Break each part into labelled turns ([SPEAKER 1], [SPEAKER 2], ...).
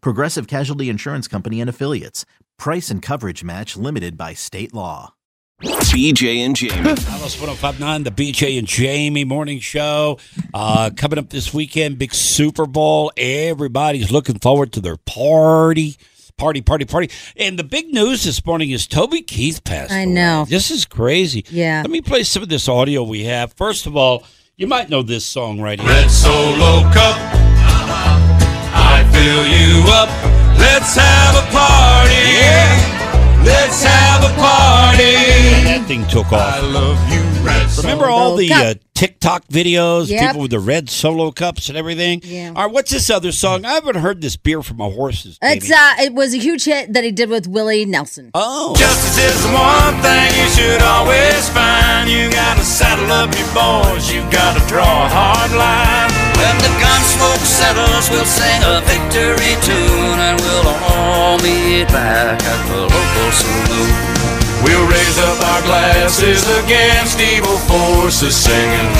[SPEAKER 1] Progressive Casualty Insurance Company and Affiliates. Price and coverage match limited by state law.
[SPEAKER 2] BJ and Jamie.
[SPEAKER 3] Alice 1059, the BJ and Jamie morning show. Uh, coming up this weekend, big Super Bowl. Everybody's looking forward to their party. Party, party, party. And the big news this morning is Toby Keith passed.
[SPEAKER 4] I know.
[SPEAKER 3] away. This is crazy.
[SPEAKER 4] Yeah.
[SPEAKER 3] Let me play some of this audio we have. First of all, you might know this song right here.
[SPEAKER 5] Red Solo Cup. I fill you up. Let's have a party. Let's have a party.
[SPEAKER 3] That thing took
[SPEAKER 5] I
[SPEAKER 3] off.
[SPEAKER 5] love you, Red Solo.
[SPEAKER 3] Remember all
[SPEAKER 4] Solo
[SPEAKER 3] the
[SPEAKER 4] cup.
[SPEAKER 3] uh, TikTok videos,
[SPEAKER 4] Yep.
[SPEAKER 3] people with the red solo cups and everything?
[SPEAKER 4] Yeah.
[SPEAKER 3] All right, what's this other song? I haven't heard this beer from a horse's.
[SPEAKER 4] It's uh, it was a huge hit that he did with Willie Nelson.
[SPEAKER 3] Oh.
[SPEAKER 5] Justice is the one thing you should always find. You gotta saddle up your boys. You gotta draw a hard line. When the gun smoke settles, we'll sing a victory tune and we'll all meet back at the local saloon. We'll raise up our glasses against evil forces, singing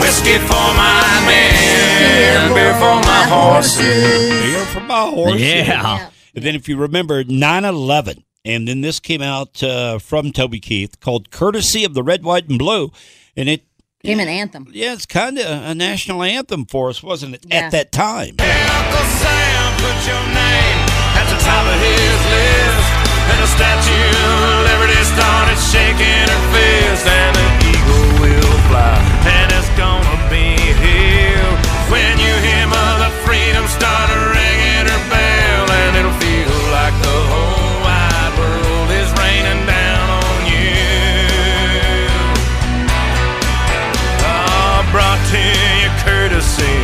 [SPEAKER 5] whiskey for my men, beer for my horses.
[SPEAKER 3] Beer from my horse.
[SPEAKER 4] Yeah.
[SPEAKER 3] And then if you remember 9/11, and then this came out uh, from Toby Keith called "Courtesy of the Red, White, and Blue," and it
[SPEAKER 4] Became an anthem.
[SPEAKER 3] yeah, it's kind of a national anthem for us, wasn't it?
[SPEAKER 4] Yeah.
[SPEAKER 3] At that time.
[SPEAKER 5] Uncle Sam put your name at the top of his list. And the Statue of Liberty started shaking her fist. And an eagle will fly. And it's gonna be here. When you hear Mother Freedom start ringing her bell. And it'll feel like the whole wide world is raining down on you. Ah, brought to you courtesy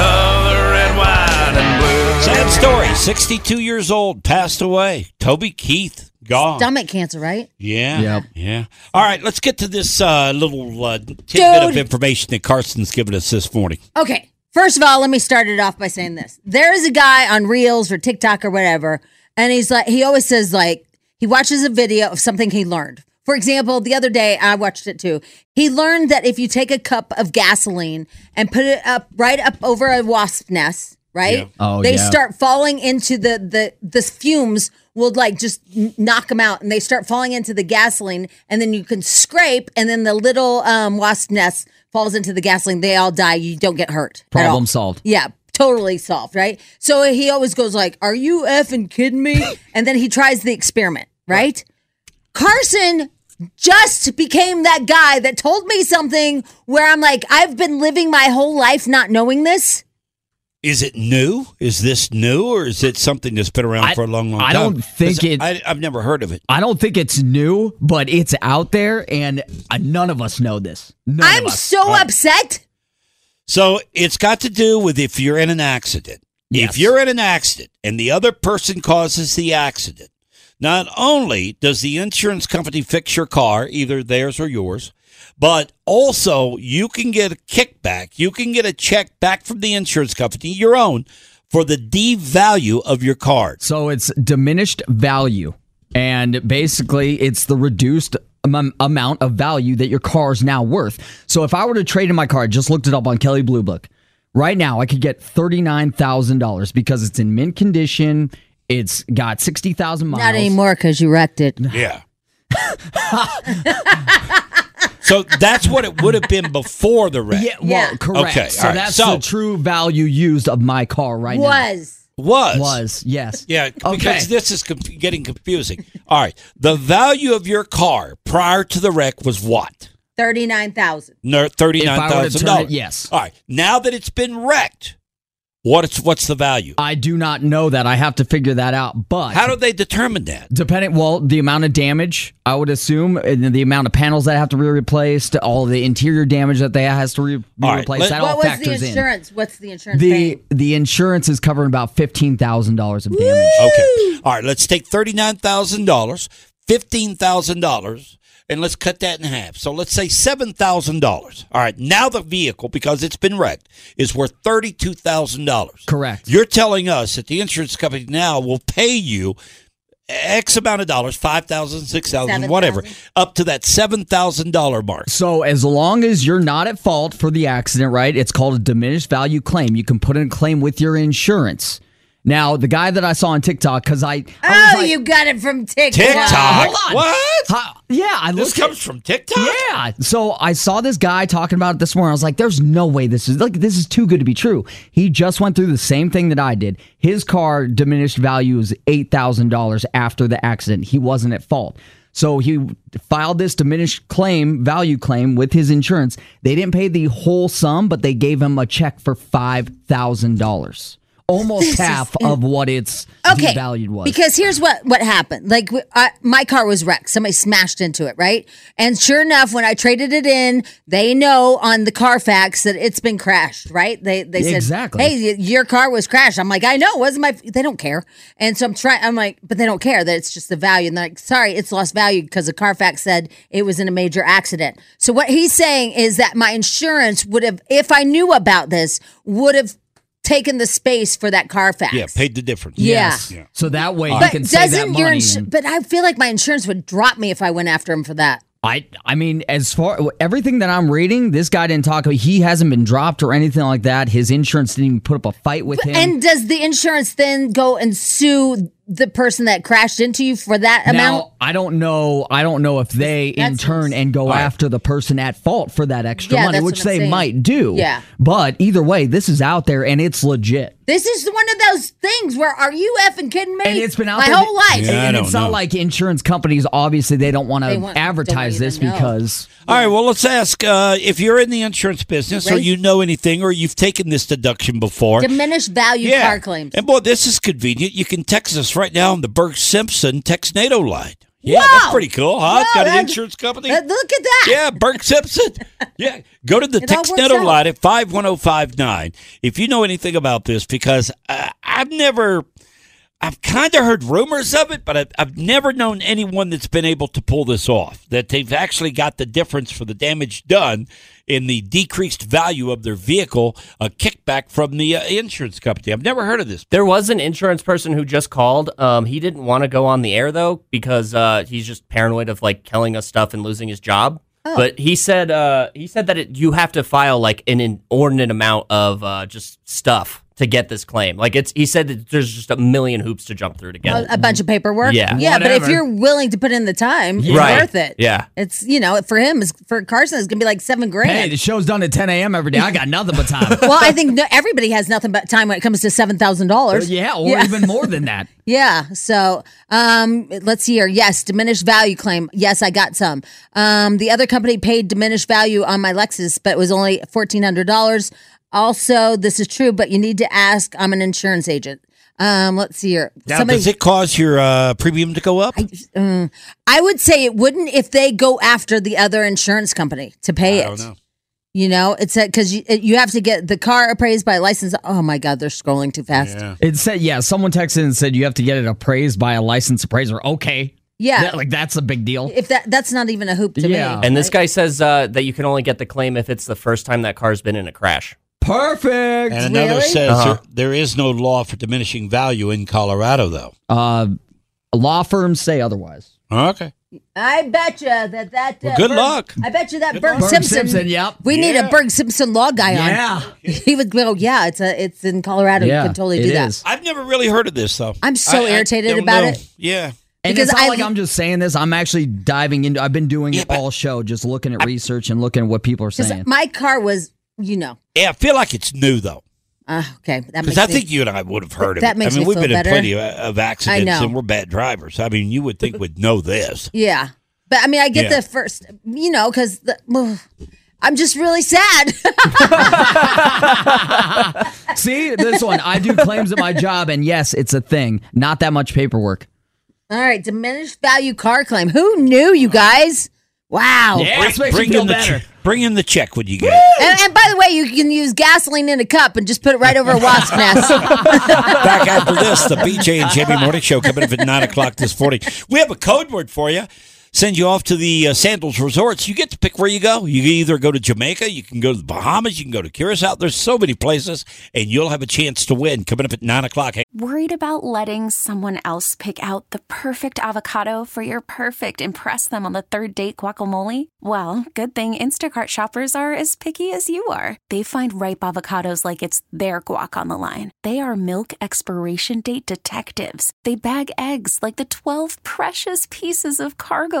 [SPEAKER 5] of the red, white, and blue.
[SPEAKER 3] Sad story. 62 years old, passed away. Toby Keith gone.
[SPEAKER 4] Stomach cancer, right?
[SPEAKER 3] Yeah. Yeah. All right, let's get to this uh, little uh, tidbit of
[SPEAKER 4] Dude.
[SPEAKER 3] information that Carson's given us this morning.
[SPEAKER 4] Okay. First of all, let me start it off by saying this. There is a guy on Reels or TikTok or whatever, and he's like, he always says, like, he watches a video of something he learned. For example, the other day, I watched it too. He learned that if you take a cup of gasoline and put it up right up over a wasp nest, right?
[SPEAKER 6] Oh,
[SPEAKER 4] they
[SPEAKER 6] yeah.
[SPEAKER 4] start falling into the the the fumes will like just n- knock them out and they start falling into the gasoline and then you can scrape and then the little um, wasp nest falls into the gasoline they all die you don't get hurt at all.
[SPEAKER 6] Problem solved.
[SPEAKER 4] yeah totally solved right so he always goes like are you effing kidding me and then he tries the experiment right Carson just became that guy that told me something where I'm like I've been living my whole life not knowing this
[SPEAKER 3] Is it new? Is this new, or is it something that's been around
[SPEAKER 6] I-
[SPEAKER 3] for a long, long time?
[SPEAKER 6] I don't think
[SPEAKER 3] 'Cause
[SPEAKER 6] it-
[SPEAKER 3] I, I've never heard of it.
[SPEAKER 6] I don't think it's new, but it's out there, and uh, none of us know this. None
[SPEAKER 4] I'm
[SPEAKER 6] of us. Oh.
[SPEAKER 4] so upset
[SPEAKER 3] So it's got to do with if you're in an accident. If
[SPEAKER 6] Yes.
[SPEAKER 3] you're in an accident and the other person causes the accident, not only does the insurance company fix your car, either theirs or yours, but also you can get a kickback. You can get a check back from the insurance company, your own, for the devalue of your car.
[SPEAKER 6] So it's diminished value, and basically, it's the reduced am- amount of value that your car is now worth. So if I were to trade in my car, I just looked it up on Kelly Blue Book. Right now, I could get thirty nine thousand dollars because it's in mint condition. It's got sixty thousand miles.
[SPEAKER 4] Not anymore because you wrecked it.
[SPEAKER 3] Yeah. so that's what it would have been before the wreck.
[SPEAKER 6] Yeah, well,
[SPEAKER 4] Yeah.
[SPEAKER 6] correct.
[SPEAKER 3] Okay,
[SPEAKER 6] so
[SPEAKER 3] all right.
[SPEAKER 6] that's
[SPEAKER 3] So-
[SPEAKER 6] the true value used of my car right now.
[SPEAKER 4] Was
[SPEAKER 3] Was.
[SPEAKER 6] Was, yes.
[SPEAKER 3] Yeah, because
[SPEAKER 6] Okay.
[SPEAKER 3] this is conf- getting confusing. All right. The value of your car prior to the wreck was what?
[SPEAKER 4] 39,000.
[SPEAKER 3] No,
[SPEAKER 6] turned
[SPEAKER 3] $39,000.
[SPEAKER 6] it- yes.
[SPEAKER 3] All right. Now that it's been wrecked, what's, what's the value?
[SPEAKER 6] I do not know that. I have to figure that out. But
[SPEAKER 3] How do they determine that?
[SPEAKER 6] Depending, well, the amount of damage I would assume, and then the amount of panels that have to be replaced, all the interior damage that they has to re- be
[SPEAKER 3] All right,
[SPEAKER 6] replaced,
[SPEAKER 3] let-
[SPEAKER 6] that all
[SPEAKER 4] What was the
[SPEAKER 6] factors in.
[SPEAKER 4] insurance? What's the insurance
[SPEAKER 6] The
[SPEAKER 4] paying?
[SPEAKER 6] the insurance is covering about fifteen thousand dollars of damage.
[SPEAKER 3] Okay. All right. Let's take thirty-nine thousand dollars, fifteen thousand dollars, and let's cut that in half. So let's say seven thousand dollars. All right. Now the vehicle, because it's been wrecked, is worth thirty-two thousand dollars.
[SPEAKER 6] Correct.
[SPEAKER 3] You're telling us that the insurance company now will pay you X amount of dollars, five thousand, six thousand, whatever, up to that seven thousand dollar mark.
[SPEAKER 6] So as long as you're not at fault for the accident, right? It's called a diminished value claim. You can put in a claim with your insurance. Now, the guy that I saw on TikTok, because I, I was
[SPEAKER 4] Oh,
[SPEAKER 6] like,
[SPEAKER 4] you got it from TikTok.
[SPEAKER 3] TikTok.
[SPEAKER 6] hold on.
[SPEAKER 3] What?
[SPEAKER 6] "Huh?" yeah, I
[SPEAKER 3] This
[SPEAKER 6] looked at-
[SPEAKER 3] comes from TikTok.
[SPEAKER 6] Yeah. So I saw this guy talking about it this morning. I was like, there's no way this is like this is too good to be true. He just went through the same thing that I did. His car diminished value is eight thousand dollars after the accident. He wasn't at fault. So he filed this diminished claim value claim with his insurance. They didn't pay the whole sum, but they gave him a check for five thousand dollars. Almost half of what its
[SPEAKER 4] okay.
[SPEAKER 6] devalued was.
[SPEAKER 4] Because here's what what happened. Like w I my car was wrecked. Somebody smashed into it, right? And sure enough, when I traded it in, they know on the Carfax that it's been crashed, right? They they said,
[SPEAKER 6] Exactly.
[SPEAKER 4] "Hey, y- your car was crashed." I'm like, "I know, it wasn't my." They don't care, and so I'm trying. I'm like, but they don't care that it's just the value. And they're like, "Sorry, it's lost value because the Carfax said it was in a major accident." So what he's saying is that my insurance would have, if I knew about this, would have taken the space for that Carfax.
[SPEAKER 3] Yeah, paid the difference.
[SPEAKER 4] Yeah.
[SPEAKER 6] so that way you
[SPEAKER 4] But
[SPEAKER 6] can save
[SPEAKER 4] doesn't
[SPEAKER 6] that money.
[SPEAKER 4] your ins-
[SPEAKER 6] and-
[SPEAKER 4] but I feel like my insurance would drop me if I went after him for that.
[SPEAKER 6] I I mean, as far everything that I'm reading, this guy didn't talk. He hasn't been dropped or anything like that. His insurance didn't even put up a fight with him.
[SPEAKER 4] And does the insurance then go and sue the person that crashed into you for that amount?
[SPEAKER 6] now I don't know. I don't know if they in
[SPEAKER 4] That's-
[SPEAKER 6] turn and go after the person at fault for that extra
[SPEAKER 4] Yeah,
[SPEAKER 6] money,
[SPEAKER 4] that's
[SPEAKER 6] which
[SPEAKER 4] what I'm
[SPEAKER 6] they
[SPEAKER 4] saying.
[SPEAKER 6] might do.
[SPEAKER 4] Yeah.
[SPEAKER 6] But either way, this is out there and it's legit.
[SPEAKER 4] This is one of those things where are you effing kidding me?
[SPEAKER 6] And it's been out
[SPEAKER 4] my
[SPEAKER 6] there-
[SPEAKER 4] whole life.
[SPEAKER 3] Yeah. I
[SPEAKER 6] and
[SPEAKER 3] don't
[SPEAKER 6] it's
[SPEAKER 3] know.
[SPEAKER 6] not like insurance companies. Obviously, they don't want
[SPEAKER 4] They
[SPEAKER 6] to
[SPEAKER 4] want- don't want
[SPEAKER 6] advertise
[SPEAKER 4] you to
[SPEAKER 6] this
[SPEAKER 4] know.
[SPEAKER 6] because
[SPEAKER 3] All right, well, let's ask uh, if you're in the insurance business or
[SPEAKER 4] Right.
[SPEAKER 3] you know anything or you've taken this deduction before.
[SPEAKER 4] Diminished value
[SPEAKER 3] yeah.
[SPEAKER 4] car claims.
[SPEAKER 3] And boy, this is convenient. You can text us right now on the Berg Simpson Text NATO line. Yeah, that's
[SPEAKER 4] Wow.
[SPEAKER 3] pretty cool, huh?
[SPEAKER 4] Wow,
[SPEAKER 3] Got an
[SPEAKER 4] that-
[SPEAKER 3] insurance company?
[SPEAKER 4] Uh, look at that.
[SPEAKER 3] yeah, Berg Simpson. Yeah, go to the
[SPEAKER 4] It all
[SPEAKER 3] Text
[SPEAKER 4] works
[SPEAKER 3] NATO
[SPEAKER 4] out.
[SPEAKER 3] line at 51059 if you know anything about this because uh, I've never. I've kind of heard rumors of it, but I've, I've never known anyone that's been able to pull this off. That they've actually got the difference for the damage done in the decreased value of their vehicle, a kickback from the uh, insurance company. I've never heard of this.
[SPEAKER 7] There was an insurance person who just called. Um, he didn't want to go on the air though because uh, he's just paranoid of like telling us stuff and losing his job.
[SPEAKER 4] Oh.
[SPEAKER 7] But he said uh, he said that it, you have to file like an inordinate amount of uh, just stuff to get this claim. Like it's he said that there's just a million hoops to jump through to get
[SPEAKER 4] A,
[SPEAKER 7] it.
[SPEAKER 4] a bunch of paperwork.
[SPEAKER 7] Yeah.
[SPEAKER 4] yeah. But if
[SPEAKER 6] Whatever.
[SPEAKER 4] you're willing to put in the time, it's
[SPEAKER 7] Right.
[SPEAKER 4] worth it.
[SPEAKER 7] Yeah.
[SPEAKER 4] it's you know for him, it's, for Carson, it's gonna be like seven grand.
[SPEAKER 6] hey, the show's done at 10 a.m. every day. I got nothing but time.
[SPEAKER 4] well, I think no, everybody has nothing but time when it comes to seven thousand dollars.
[SPEAKER 6] yeah, or even more than that.
[SPEAKER 4] Yeah. So um, let's see here. Yes, diminished value claim. Yes, I got some. Um, the other company paid diminished value on my Lexus, but it was only $1,400. Also, this is true, but you need to ask. I'm an insurance agent. Um, let's see here.
[SPEAKER 3] Now, does it cause your uh, premium to go up?
[SPEAKER 4] hmm, I would say it wouldn't if they go after the other insurance company to pay it. You know, it's because you, you have to get the car appraised by a license. Oh my God, they're scrolling too fast. Yeah.
[SPEAKER 6] It said, yeah, someone texted and said you have to get it appraised by a licensed appraiser. Okay. That- like, that's a big deal.
[SPEAKER 4] if that that's not even a hoop to
[SPEAKER 6] Yeah.
[SPEAKER 4] me.
[SPEAKER 7] And this guy says uh, that you can only get the claim if it's the first time that car's been in a crash.
[SPEAKER 6] Perfect.
[SPEAKER 3] And another
[SPEAKER 4] Really?
[SPEAKER 3] says there, there is no law for diminishing value in Colorado, though.
[SPEAKER 6] Uh, law firms say otherwise.
[SPEAKER 3] Okay.
[SPEAKER 4] I bet you that that. Uh,
[SPEAKER 3] good
[SPEAKER 4] Berg-
[SPEAKER 3] luck.
[SPEAKER 4] I bet you that Berg,
[SPEAKER 6] luck. Berg
[SPEAKER 4] Simpson.
[SPEAKER 6] Simpson, yep.
[SPEAKER 4] We need a Berg Simpson law guy on. Yeah. He would go. Yeah, it's a, it's in Colorado.
[SPEAKER 6] yeah.
[SPEAKER 4] you can totally
[SPEAKER 6] it
[SPEAKER 4] do that.
[SPEAKER 6] is.
[SPEAKER 3] I've never really heard of this, though.
[SPEAKER 4] I'm so irritated
[SPEAKER 3] don't
[SPEAKER 4] about
[SPEAKER 3] know.
[SPEAKER 4] it.
[SPEAKER 3] Yeah.
[SPEAKER 6] And
[SPEAKER 4] Because
[SPEAKER 6] it's not
[SPEAKER 4] I-
[SPEAKER 6] like I'm just saying this. I'm actually diving into. I've been doing it all show, just looking at research and looking at what people are
[SPEAKER 4] Because
[SPEAKER 6] saying.
[SPEAKER 4] my car was, you know,
[SPEAKER 3] Yeah, I feel like it's new, though.
[SPEAKER 4] Uh, okay, that makes
[SPEAKER 3] Because I
[SPEAKER 4] me-
[SPEAKER 3] think you and I would have heard of
[SPEAKER 4] That
[SPEAKER 3] it.
[SPEAKER 4] makes
[SPEAKER 3] I mean,
[SPEAKER 4] me
[SPEAKER 3] we've
[SPEAKER 4] feel
[SPEAKER 3] been
[SPEAKER 4] better.
[SPEAKER 3] in plenty of, of accidents,
[SPEAKER 4] know.
[SPEAKER 3] and we're bad drivers. I mean, you would think we'd know this.
[SPEAKER 4] Yeah. But I mean, I get
[SPEAKER 3] Yeah.
[SPEAKER 4] the first, you know, because I'm just really sad.
[SPEAKER 6] See this one. I do claims at my job, and yes, it's a thing. Not that much paperwork.
[SPEAKER 4] All right, diminished value car claim. Who knew, you guys? Wow.
[SPEAKER 6] this makes me feel
[SPEAKER 3] in the
[SPEAKER 6] better.
[SPEAKER 3] che- bring in the check when you get. it.
[SPEAKER 4] And, and by the way, you can use gasoline in a cup and just put it right over a wasp nest.
[SPEAKER 3] Back after this, the BJ and Jamie Morning Show coming up at nine o'clock this morning. We have a code word for you. Send you off to the uh, Sandals Resorts. You get to pick where you go. You can either go to Jamaica, you can go to the Bahamas, you can go to Curacao. There's so many places, and you'll have a chance to win coming up at nine o'clock. Hey,
[SPEAKER 8] Worried about letting someone else pick out the perfect avocado for your perfect impress them on the third date guacamole? Well, good thing Instacart shoppers are as picky as you are. They find ripe avocados like it's their guac on the line. They are milk expiration date detectives. They bag eggs like the 12 precious pieces of cargo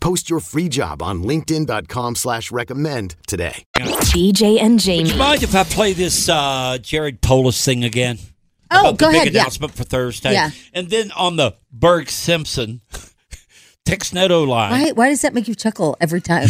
[SPEAKER 9] Post your free job on linkedin.com/recommend slash recommend today.
[SPEAKER 10] BJ and Jamie.
[SPEAKER 3] mind if I play this uh, Jared Polis thing again?
[SPEAKER 10] Oh,
[SPEAKER 3] About
[SPEAKER 10] go
[SPEAKER 3] the big
[SPEAKER 10] ahead, yeah.
[SPEAKER 3] announcement for Thursday.
[SPEAKER 4] Yeah.
[SPEAKER 3] And then on the Berg Simpson Tex Neto line.
[SPEAKER 4] why, why does that make you chuckle every time?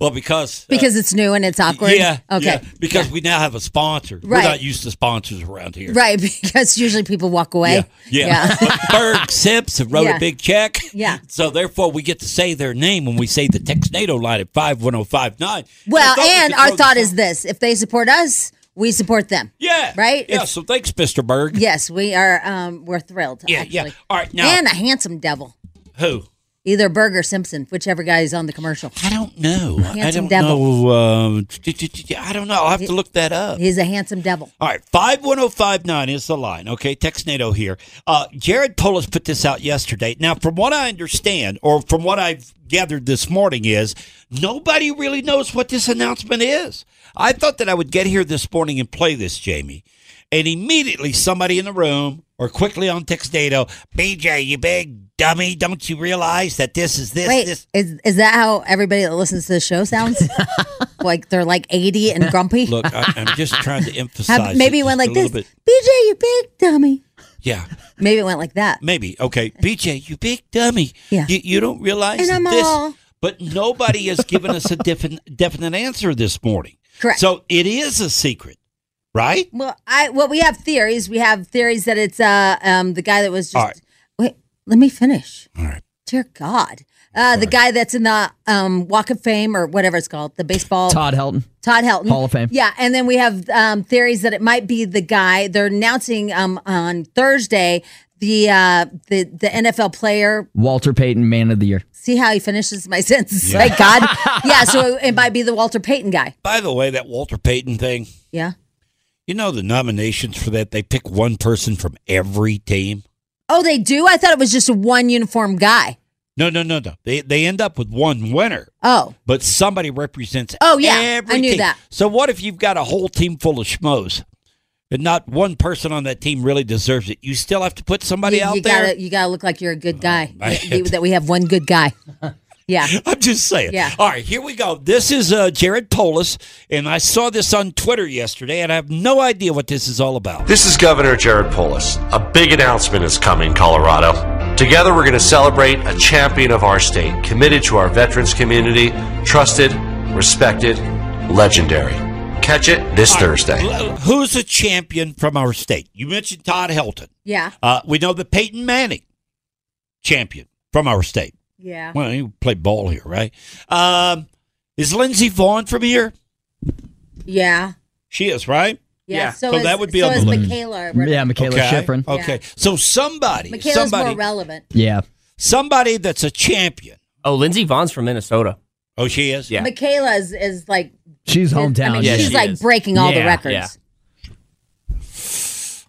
[SPEAKER 3] Well, because uh,
[SPEAKER 4] Because it's new and it's awkward?
[SPEAKER 3] Yeah.
[SPEAKER 4] Okay.
[SPEAKER 3] yeah, because we now have a sponsor. We're
[SPEAKER 4] Right.
[SPEAKER 3] not used to sponsors around here.
[SPEAKER 4] Right, because usually people walk away.
[SPEAKER 3] Yeah. Yeah. But Berg Simpson wrote
[SPEAKER 4] Yeah.
[SPEAKER 3] a big check.
[SPEAKER 4] Yeah.
[SPEAKER 3] So therefore we get to say their name when we say the Texnado line at five one oh five nine.
[SPEAKER 4] Well, and our thought
[SPEAKER 3] is.
[SPEAKER 4] is this if they support us, we support them.
[SPEAKER 3] Yeah.
[SPEAKER 4] Right?
[SPEAKER 3] Yeah.
[SPEAKER 4] It's-
[SPEAKER 3] So thanks, Mr. Berg.
[SPEAKER 4] yes, we are um we're thrilled.
[SPEAKER 3] Yeah.
[SPEAKER 4] actually.
[SPEAKER 3] Yeah. All right. Now,
[SPEAKER 4] And a handsome devil.
[SPEAKER 3] who?
[SPEAKER 4] Either Berg or Simpson, whichever guy is on the commercial.
[SPEAKER 3] I don't know. I
[SPEAKER 4] Handsome
[SPEAKER 3] don't
[SPEAKER 4] devil.
[SPEAKER 3] know. Um, t- t- t- I don't know. I'll have to look that up.
[SPEAKER 4] He's a handsome devil.
[SPEAKER 3] All right, 51059 is the line. Okay, Tex NATO here. Uh, Jared Polis put this out yesterday. Now, from what I understand, or from what I've gathered this morning, is nobody really knows what this announcement is. I thought that I would get here this morning and play this, Jamie. And immediately somebody in the room or quickly on Tex NATO, BJ, you big dummy, don't you realize that this is this,
[SPEAKER 4] Wait,
[SPEAKER 3] this?
[SPEAKER 4] is is that how everybody that listens to the show sounds? like they're like eighty and grumpy.
[SPEAKER 3] Look, I, I'm just trying to emphasize.
[SPEAKER 4] How- maybe
[SPEAKER 3] it
[SPEAKER 4] it went
[SPEAKER 3] just
[SPEAKER 4] like
[SPEAKER 3] a
[SPEAKER 4] this.
[SPEAKER 3] little
[SPEAKER 4] BJ,
[SPEAKER 3] bit.
[SPEAKER 4] you big dummy.
[SPEAKER 3] Yeah.
[SPEAKER 4] Maybe it went like that.
[SPEAKER 3] Maybe. Okay. BJ, you big dummy.
[SPEAKER 4] Yeah.
[SPEAKER 3] You, you don't realize
[SPEAKER 4] And I'm
[SPEAKER 3] this.
[SPEAKER 4] all-
[SPEAKER 3] But nobody has given us a definite, definite answer this morning.
[SPEAKER 4] Correct.
[SPEAKER 3] So it is a secret, right?
[SPEAKER 4] Well, I well we have theories. We have theories that it's uh um the guy that was just
[SPEAKER 3] All right.
[SPEAKER 4] wait. Let me finish.
[SPEAKER 3] All right.
[SPEAKER 4] Dear God, uh, the guy that's in the um Walk of Fame or whatever it's called, the baseball
[SPEAKER 6] Todd Helton.
[SPEAKER 4] Todd Helton
[SPEAKER 6] Hall of Fame.
[SPEAKER 4] Yeah, and then we have um, theories that it might be the guy they're announcing um on Thursday the uh the the NFL player
[SPEAKER 6] Walter Payton, man of the year.
[SPEAKER 4] See how he finishes my sentence. Like God. yeah, so it might be the Walter Payton guy.
[SPEAKER 3] By the way, that Walter Payton thing,
[SPEAKER 4] Yeah.
[SPEAKER 3] you know the nominations for that, they pick one person from every team.
[SPEAKER 4] Oh, they do? I thought it was just a one uniform guy.
[SPEAKER 3] No, no, no, no. They, they end up with one winner,
[SPEAKER 4] Oh.
[SPEAKER 3] but somebody represents
[SPEAKER 4] Oh, yeah. I
[SPEAKER 3] every
[SPEAKER 4] knew
[SPEAKER 3] team.
[SPEAKER 4] that.
[SPEAKER 3] So what if you've got a whole team full of schmoes? And not one person on that team really deserves it. You still have to put somebody
[SPEAKER 4] you,
[SPEAKER 3] out
[SPEAKER 4] you
[SPEAKER 3] there.
[SPEAKER 7] Oh,
[SPEAKER 4] gotta you gotta look like you're a good guy.
[SPEAKER 3] man.
[SPEAKER 4] that we have one good guy. Yeah.
[SPEAKER 3] I'm just saying.
[SPEAKER 4] Yeah.
[SPEAKER 3] All right, here we go. This is uh, Jared Polis, and I saw this on Twitter yesterday, and I have no idea what this is all about.
[SPEAKER 11] This is Governor Jared Polis. A big announcement is coming, Colorado. Together, we're going to celebrate a champion of our state, committed to our veterans community, trusted, respected, legendary. Catch it this Thursday.
[SPEAKER 3] Who's a champion from our state? You mentioned Todd Helton.
[SPEAKER 4] Yeah.
[SPEAKER 3] Uh, we know that Peyton Manning, champion from our state.
[SPEAKER 4] Yeah.
[SPEAKER 3] Well, he played ball here, right? Um, is Lindsey Vaughn from here?
[SPEAKER 4] Yeah.
[SPEAKER 3] She is, right?
[SPEAKER 4] Yeah. So,
[SPEAKER 3] so
[SPEAKER 4] is,
[SPEAKER 3] that would be
[SPEAKER 4] so
[SPEAKER 3] on the
[SPEAKER 4] is
[SPEAKER 3] list.
[SPEAKER 4] Michaela.
[SPEAKER 6] Yeah, Michaela
[SPEAKER 3] okay.
[SPEAKER 6] Schifrin.
[SPEAKER 3] Okay. So somebody,
[SPEAKER 4] Michaela's
[SPEAKER 3] somebody,
[SPEAKER 4] more relevant.
[SPEAKER 6] Yeah.
[SPEAKER 3] somebody that's a champion.
[SPEAKER 7] Oh, Lindsey Vaughn's from Minnesota.
[SPEAKER 3] Oh, she is.
[SPEAKER 7] Yeah.
[SPEAKER 4] Michaela is, is like
[SPEAKER 6] She's hometown.
[SPEAKER 4] I mean,
[SPEAKER 7] Yeah,
[SPEAKER 4] she's
[SPEAKER 7] she
[SPEAKER 4] like
[SPEAKER 7] is.
[SPEAKER 4] breaking all the
[SPEAKER 7] Yeah,
[SPEAKER 4] records.
[SPEAKER 7] yeah.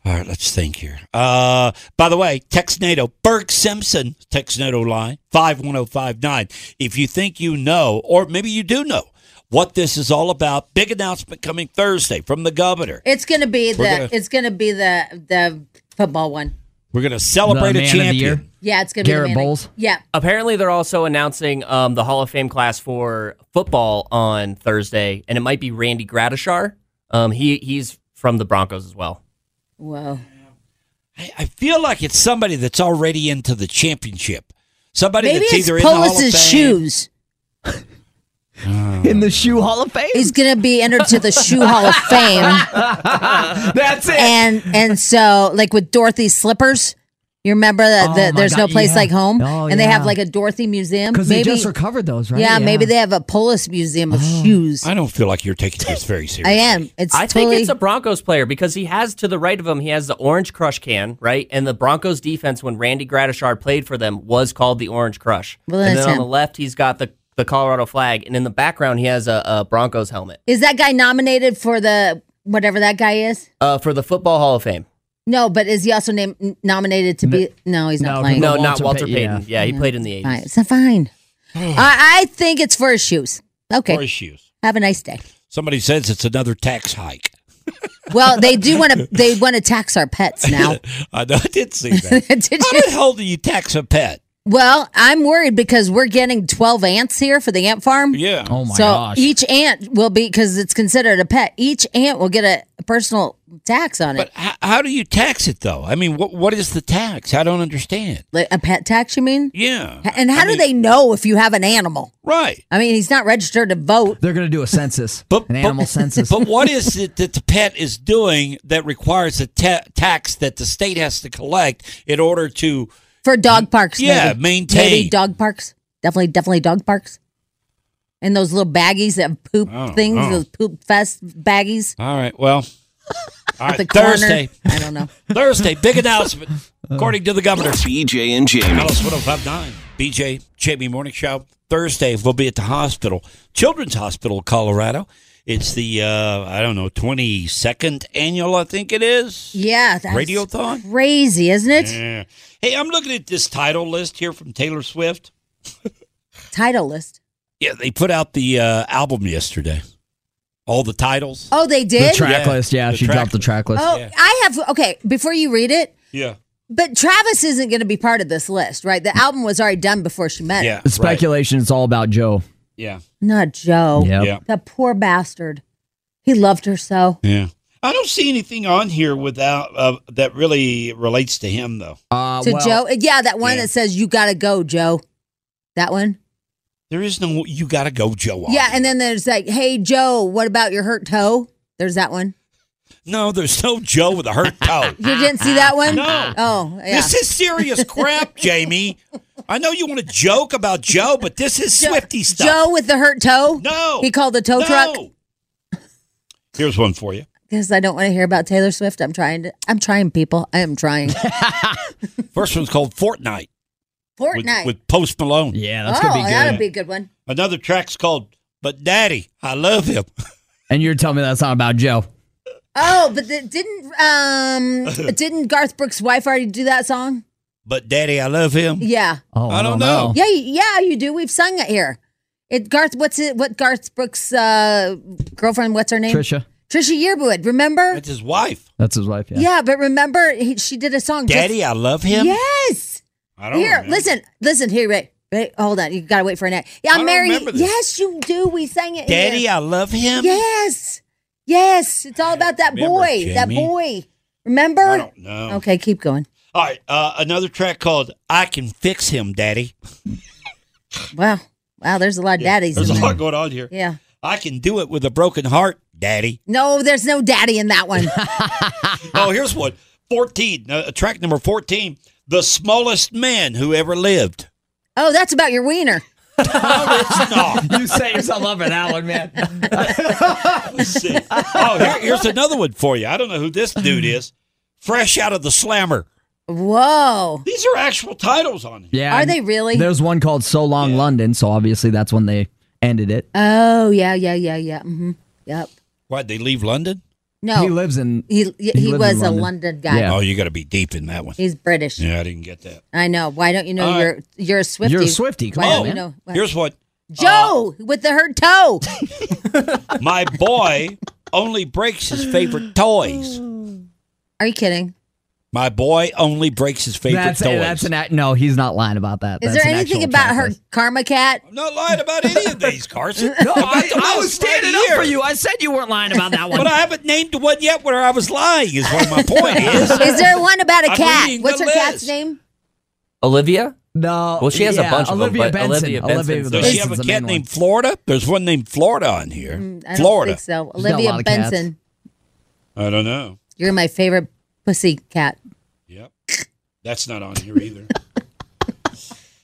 [SPEAKER 3] All right, let's think here. Uh, by the way, Tex NATO, Berg Simpson, Tex NATO line, 51059. If you think you know, or maybe you do know, what this is all about, big announcement coming Thursday from the governor.
[SPEAKER 4] It's gonna be the
[SPEAKER 3] We're gonna-
[SPEAKER 4] it's gonna be the the football one.
[SPEAKER 3] We're going to celebrate
[SPEAKER 6] The
[SPEAKER 3] a
[SPEAKER 6] man of the
[SPEAKER 3] champion.
[SPEAKER 6] year.
[SPEAKER 4] Yeah, it's gonna
[SPEAKER 6] Garrett
[SPEAKER 4] be the Manning.
[SPEAKER 6] Bowles?
[SPEAKER 4] Yeah.
[SPEAKER 7] Apparently, they're also announcing um, the Hall of Fame class for football on Thursday, and it might be Randy Gradishar. Um, he he's from the Broncos as well.
[SPEAKER 4] Whoa.
[SPEAKER 3] I, I feel like it's somebody that's already into the championship. Somebody
[SPEAKER 4] Maybe
[SPEAKER 3] that's
[SPEAKER 4] it's
[SPEAKER 3] either in the Hall of Fame.
[SPEAKER 4] Polis's shoes.
[SPEAKER 6] In the shoe hall of fame.
[SPEAKER 4] He's gonna be entered to the shoe hall of fame,
[SPEAKER 6] That's it.
[SPEAKER 4] and and so like with Dorothy's slippers. You remember that
[SPEAKER 6] Oh,
[SPEAKER 4] the,
[SPEAKER 6] my
[SPEAKER 4] there's no
[SPEAKER 6] God,
[SPEAKER 4] place
[SPEAKER 6] yeah.
[SPEAKER 4] like home,
[SPEAKER 6] Oh,
[SPEAKER 4] and they have
[SPEAKER 6] yeah.
[SPEAKER 4] like a Dorothy museum.
[SPEAKER 6] Because
[SPEAKER 4] maybe,
[SPEAKER 6] they just recovered those, right? Oh.
[SPEAKER 4] yeah, maybe they have a Polis museum of shoes.
[SPEAKER 3] I don't feel like you're taking this very seriously.
[SPEAKER 4] I am. It's
[SPEAKER 7] I
[SPEAKER 4] totally
[SPEAKER 7] think it's a Broncos player because he has to the right of him, he has the Orange Crush can, right? And the Broncos defense, when Randy Gradishar played for them, was called the Orange Crush.
[SPEAKER 4] Well,
[SPEAKER 7] and
[SPEAKER 4] that's
[SPEAKER 7] then on
[SPEAKER 4] him.
[SPEAKER 7] the left, he's got the, the Colorado flag, and in the background, he has a, a Broncos helmet
[SPEAKER 4] Is that guy nominated for the whatever that guy is?
[SPEAKER 7] uh, for the Football Hall of Fame.
[SPEAKER 4] No, but is he also named nominated to be? No, he's not
[SPEAKER 6] No,
[SPEAKER 4] playing.
[SPEAKER 7] No,
[SPEAKER 6] Walter
[SPEAKER 7] not Walter
[SPEAKER 6] Payton,
[SPEAKER 7] Payton. Yeah, he
[SPEAKER 4] Yeah.
[SPEAKER 7] played in the
[SPEAKER 4] All
[SPEAKER 7] 80s.
[SPEAKER 4] right, so fine. I, I think it's for his shoes. Okay,
[SPEAKER 3] Or his shoes.
[SPEAKER 4] have a nice day.
[SPEAKER 3] Somebody says it's another tax hike.
[SPEAKER 4] Well, they do want to. They want to tax our pets now.
[SPEAKER 3] I, know, I did see that.
[SPEAKER 4] Did you?
[SPEAKER 3] How the hell do you tax a pet?
[SPEAKER 4] Well, I'm worried because we're getting 12 ants here for the ant farm.
[SPEAKER 3] Yeah.
[SPEAKER 6] Oh my
[SPEAKER 4] so
[SPEAKER 6] gosh.
[SPEAKER 4] each ant will be because it's considered a pet. Each ant will get a personal tax on it.
[SPEAKER 3] But how, how do you tax it though? I mean, what what is the tax? I don't understand.
[SPEAKER 4] like a pet tax, you mean?
[SPEAKER 3] Yeah.
[SPEAKER 4] And how
[SPEAKER 3] I
[SPEAKER 4] do
[SPEAKER 3] mean-
[SPEAKER 4] they know if you have an animal?
[SPEAKER 3] Right.
[SPEAKER 4] I mean, he's not registered to vote.
[SPEAKER 6] They're gonna do a census,
[SPEAKER 3] But-
[SPEAKER 6] an
[SPEAKER 3] but-
[SPEAKER 6] animal census.
[SPEAKER 3] But what is it that the pet is doing that requires a ta- tax that the state has to collect in order to?
[SPEAKER 4] For dog parks,
[SPEAKER 3] Yeah,
[SPEAKER 4] maybe.
[SPEAKER 3] maintain.
[SPEAKER 4] Maybe dog parks. Definitely, definitely dog parks. And those little baggies that have poop
[SPEAKER 3] Oh,
[SPEAKER 4] things,
[SPEAKER 3] oh.
[SPEAKER 4] those poop fest baggies
[SPEAKER 3] All right. Well. All
[SPEAKER 4] at the
[SPEAKER 3] right.
[SPEAKER 4] corner.
[SPEAKER 3] Thursday.
[SPEAKER 4] I don't know.
[SPEAKER 3] Thursday. Big announcement, according to the governor.
[SPEAKER 2] BJ and Jamie.
[SPEAKER 3] Alice 1059. BJ, Jamie Morning Show. Thursday, we'll be at the hospital, Children's Hospital, Colorado. It's the, uh, I don't know, 22nd annual, I think it is.
[SPEAKER 4] Yeah, that's
[SPEAKER 3] Radiothon?
[SPEAKER 4] Crazy, isn't it?
[SPEAKER 3] Yeah. Hey, I'm looking at this title list here from Taylor Swift.
[SPEAKER 4] Title list.
[SPEAKER 3] Yeah, they put out the uh, album yesterday. All the titles.
[SPEAKER 4] Oh, they
[SPEAKER 6] the
[SPEAKER 4] did.
[SPEAKER 6] track
[SPEAKER 3] Yeah.
[SPEAKER 6] list. Yeah,
[SPEAKER 3] The
[SPEAKER 6] she
[SPEAKER 3] track-
[SPEAKER 6] dropped the track list.
[SPEAKER 4] oh, I have. Okay, before you read it,
[SPEAKER 3] Yeah.
[SPEAKER 4] but Travis isn't going to be part of this list, right? The album was already done before she met him.
[SPEAKER 3] Yeah.
[SPEAKER 6] The
[SPEAKER 3] right.
[SPEAKER 6] speculation is all about Joe.
[SPEAKER 3] Yeah.
[SPEAKER 4] Not Joe.
[SPEAKER 6] Yep.
[SPEAKER 3] Yeah.
[SPEAKER 4] The poor bastard. He loved her so.
[SPEAKER 3] Yeah. I don't see anything on here without uh, that really relates to him, though.
[SPEAKER 6] Uh,
[SPEAKER 4] to
[SPEAKER 6] well,
[SPEAKER 4] Joe. Yeah, that one
[SPEAKER 3] Yeah.
[SPEAKER 4] that says "You gotta go, Joe." That one.
[SPEAKER 3] There is no, you got to go, Joe. on
[SPEAKER 4] Yeah,
[SPEAKER 3] here.
[SPEAKER 4] and then there's like, "Hey, Joe, what about your hurt toe?" There's that one.
[SPEAKER 3] No, there's no Joe with a hurt toe.
[SPEAKER 4] You didn't see that one?
[SPEAKER 3] No.
[SPEAKER 4] Oh, yeah.
[SPEAKER 3] This is serious crap, Jamie. I know you want to joke about Joe, but this is Swifty stuff.
[SPEAKER 4] Joe with the hurt toe.
[SPEAKER 3] no.
[SPEAKER 4] He called the tow
[SPEAKER 3] no.
[SPEAKER 4] truck
[SPEAKER 3] Here's one for you.
[SPEAKER 4] because I don't want to hear about Taylor Swift. I'm trying to. I'm trying, people. I am trying.
[SPEAKER 3] First one's called Fortnite with,
[SPEAKER 4] Fortnite.
[SPEAKER 3] with Post Malone.
[SPEAKER 6] yeah, that's
[SPEAKER 4] oh,
[SPEAKER 6] gonna be good.
[SPEAKER 4] that'll be a good one.
[SPEAKER 3] Another track's called But Daddy, I Love Him.
[SPEAKER 6] And you're telling me that's not about Joe?
[SPEAKER 4] Oh, but the, didn't um didn't Garth Brooks' wife already do that song?
[SPEAKER 3] But Daddy, I Love Him.
[SPEAKER 4] Yeah.
[SPEAKER 6] Oh,
[SPEAKER 3] I don't know.
[SPEAKER 4] Yeah, y- yeah, you do. We've sung it here. It Garth, what's it? What Garth Brooks' uh, girlfriend? What's her name?
[SPEAKER 6] Trisha,
[SPEAKER 4] Trisha Yearwood. Remember?
[SPEAKER 3] That's his wife.
[SPEAKER 6] that's his wife. Yeah.
[SPEAKER 4] Yeah. but remember, he, she did a song. just-
[SPEAKER 3] Daddy, I Love Him. Oh,
[SPEAKER 4] yes.
[SPEAKER 3] I don't
[SPEAKER 4] Here,
[SPEAKER 3] remember.
[SPEAKER 4] listen, listen. Here, right, Wait, hold on. You gotta wait for Annette. Yeah, I'm married. Yes, you do. We sang it. here.
[SPEAKER 3] Daddy, I love him.
[SPEAKER 4] Yes. Yes. It's all about that
[SPEAKER 3] Remember,
[SPEAKER 4] boy. That
[SPEAKER 3] Jamie?
[SPEAKER 4] boy. Remember?
[SPEAKER 3] No.
[SPEAKER 4] Okay, keep going.
[SPEAKER 3] All right. Uh, another track called "I Can Fix Him, Daddy."
[SPEAKER 4] Wow. Wow, there's a lot of daddies
[SPEAKER 3] There's
[SPEAKER 4] in
[SPEAKER 3] a
[SPEAKER 4] there.
[SPEAKER 3] lot going on here.
[SPEAKER 4] Yeah.
[SPEAKER 3] I can do it with a broken heart, Daddy.
[SPEAKER 4] No, there's no daddy in that one.
[SPEAKER 3] oh, here's one. 14, uh, track number 14, The Smallest Man Who Ever Lived.
[SPEAKER 4] oh, that's about your wiener.
[SPEAKER 6] you set yourself up for that one, man.
[SPEAKER 3] Oh, here- here's another one for you. I don't know who this dude is. Fresh Out of the Slammer.
[SPEAKER 4] Whoa.
[SPEAKER 3] These are actual titles on here.
[SPEAKER 6] Yeah.
[SPEAKER 4] Are
[SPEAKER 6] and
[SPEAKER 4] they really?
[SPEAKER 6] There's one called So Long London, so obviously that's when they ended it.
[SPEAKER 4] Oh, yeah, yeah, yeah, yeah. Mm-hmm. Yep.
[SPEAKER 3] Why'd they leave London?
[SPEAKER 4] No.
[SPEAKER 6] He lives in
[SPEAKER 4] Oh. He he,
[SPEAKER 6] He
[SPEAKER 4] he
[SPEAKER 6] lives
[SPEAKER 4] was
[SPEAKER 6] in
[SPEAKER 4] a
[SPEAKER 6] London.
[SPEAKER 4] London guy.
[SPEAKER 6] Yeah.
[SPEAKER 3] Oh, you got to be deep in that one.
[SPEAKER 4] He's British.
[SPEAKER 3] Yeah, I didn't get that.
[SPEAKER 4] I know. Why don't you know
[SPEAKER 3] All
[SPEAKER 4] you're you're a Swifty?
[SPEAKER 6] Uh, You're a Swifty, come
[SPEAKER 4] Why
[SPEAKER 6] on,
[SPEAKER 4] don't you
[SPEAKER 6] man.
[SPEAKER 4] know? why-
[SPEAKER 3] Oh, Here's what
[SPEAKER 4] Joe with the hurt toe.
[SPEAKER 3] My Boy Only Breaks His Favorite Toys.
[SPEAKER 4] Are you kidding?
[SPEAKER 3] My Boy Only Breaks His Favorite
[SPEAKER 6] That's,
[SPEAKER 3] Toys.
[SPEAKER 6] that's an act. No, he's not lying about that.
[SPEAKER 4] Is
[SPEAKER 6] That's
[SPEAKER 4] there
[SPEAKER 6] an
[SPEAKER 4] anything
[SPEAKER 6] actual
[SPEAKER 4] about
[SPEAKER 6] track
[SPEAKER 4] her
[SPEAKER 6] list.
[SPEAKER 4] karma cat?
[SPEAKER 3] I'm not lying about any of these, Carson.
[SPEAKER 6] No, I, I was
[SPEAKER 3] right
[SPEAKER 6] standing up
[SPEAKER 3] here.
[SPEAKER 6] for you. I said you weren't lying about that one.
[SPEAKER 3] But I haven't named one yet where I was lying, is what my point is.
[SPEAKER 4] Is there one about a
[SPEAKER 3] I'm
[SPEAKER 4] cat?
[SPEAKER 3] reading
[SPEAKER 4] What's
[SPEAKER 3] the
[SPEAKER 4] her cat's
[SPEAKER 3] list.
[SPEAKER 4] name?
[SPEAKER 7] Olivia?
[SPEAKER 6] no.
[SPEAKER 7] Well, she has a
[SPEAKER 6] yeah,
[SPEAKER 7] bunch of them,
[SPEAKER 6] Olivia
[SPEAKER 7] but
[SPEAKER 6] Benson.
[SPEAKER 7] Olivia Benson's the
[SPEAKER 3] Does she have a
[SPEAKER 6] Benson's the
[SPEAKER 3] cat
[SPEAKER 6] main one. Mm,
[SPEAKER 3] named Florida? There's one named Florida on here.
[SPEAKER 4] I
[SPEAKER 3] Florida.
[SPEAKER 4] Don't think so.
[SPEAKER 6] There's not a lot
[SPEAKER 4] Olivia
[SPEAKER 6] of cats.
[SPEAKER 4] Benson.
[SPEAKER 3] I don't know.
[SPEAKER 4] You're my favorite pussy cat.
[SPEAKER 3] Yep. That's not on here either.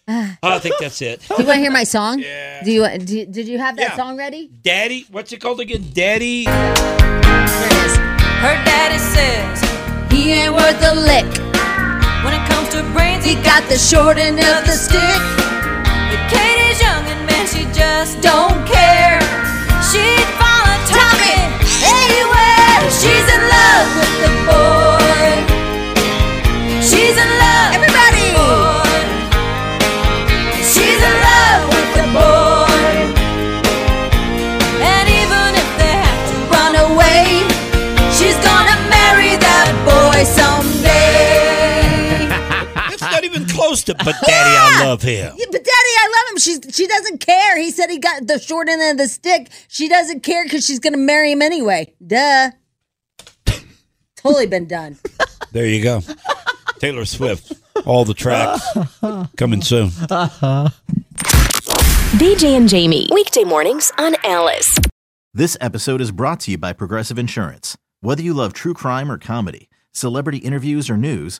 [SPEAKER 3] I think that's it.
[SPEAKER 4] Do you want to hear my song?
[SPEAKER 3] Yeah.
[SPEAKER 4] Do you? want- Do, did you have that
[SPEAKER 3] Yeah.
[SPEAKER 4] song ready?
[SPEAKER 3] Daddy, what's it called again? Daddy.
[SPEAKER 4] Here it is.
[SPEAKER 12] Her daddy says
[SPEAKER 4] He ain't worth a lick.
[SPEAKER 12] when it comes to brains,
[SPEAKER 4] He
[SPEAKER 12] he
[SPEAKER 4] got the short end of the stick.
[SPEAKER 12] But Katie's young and man, she just don't care. She'd follow Tommy anywhere. She's in love with the boy. She's in love. Everybody. With the boy. She's in love with the boy. And even if they have to run away, she's gonna marry that boy someday.
[SPEAKER 3] It's not even close to, but Daddy, I love him.
[SPEAKER 4] Yeah, but Daddy, I love him. She's she doesn't care. He said he got the short end of the stick. She doesn't care because she's gonna marry him anyway. Duh. totally been done.
[SPEAKER 3] There you go. Taylor Swift. All the tracks coming soon.
[SPEAKER 10] BJ and Jamie, weekday mornings on Alice.
[SPEAKER 1] This episode is brought to you by Progressive Insurance. Whether you love true crime or comedy, celebrity interviews or news,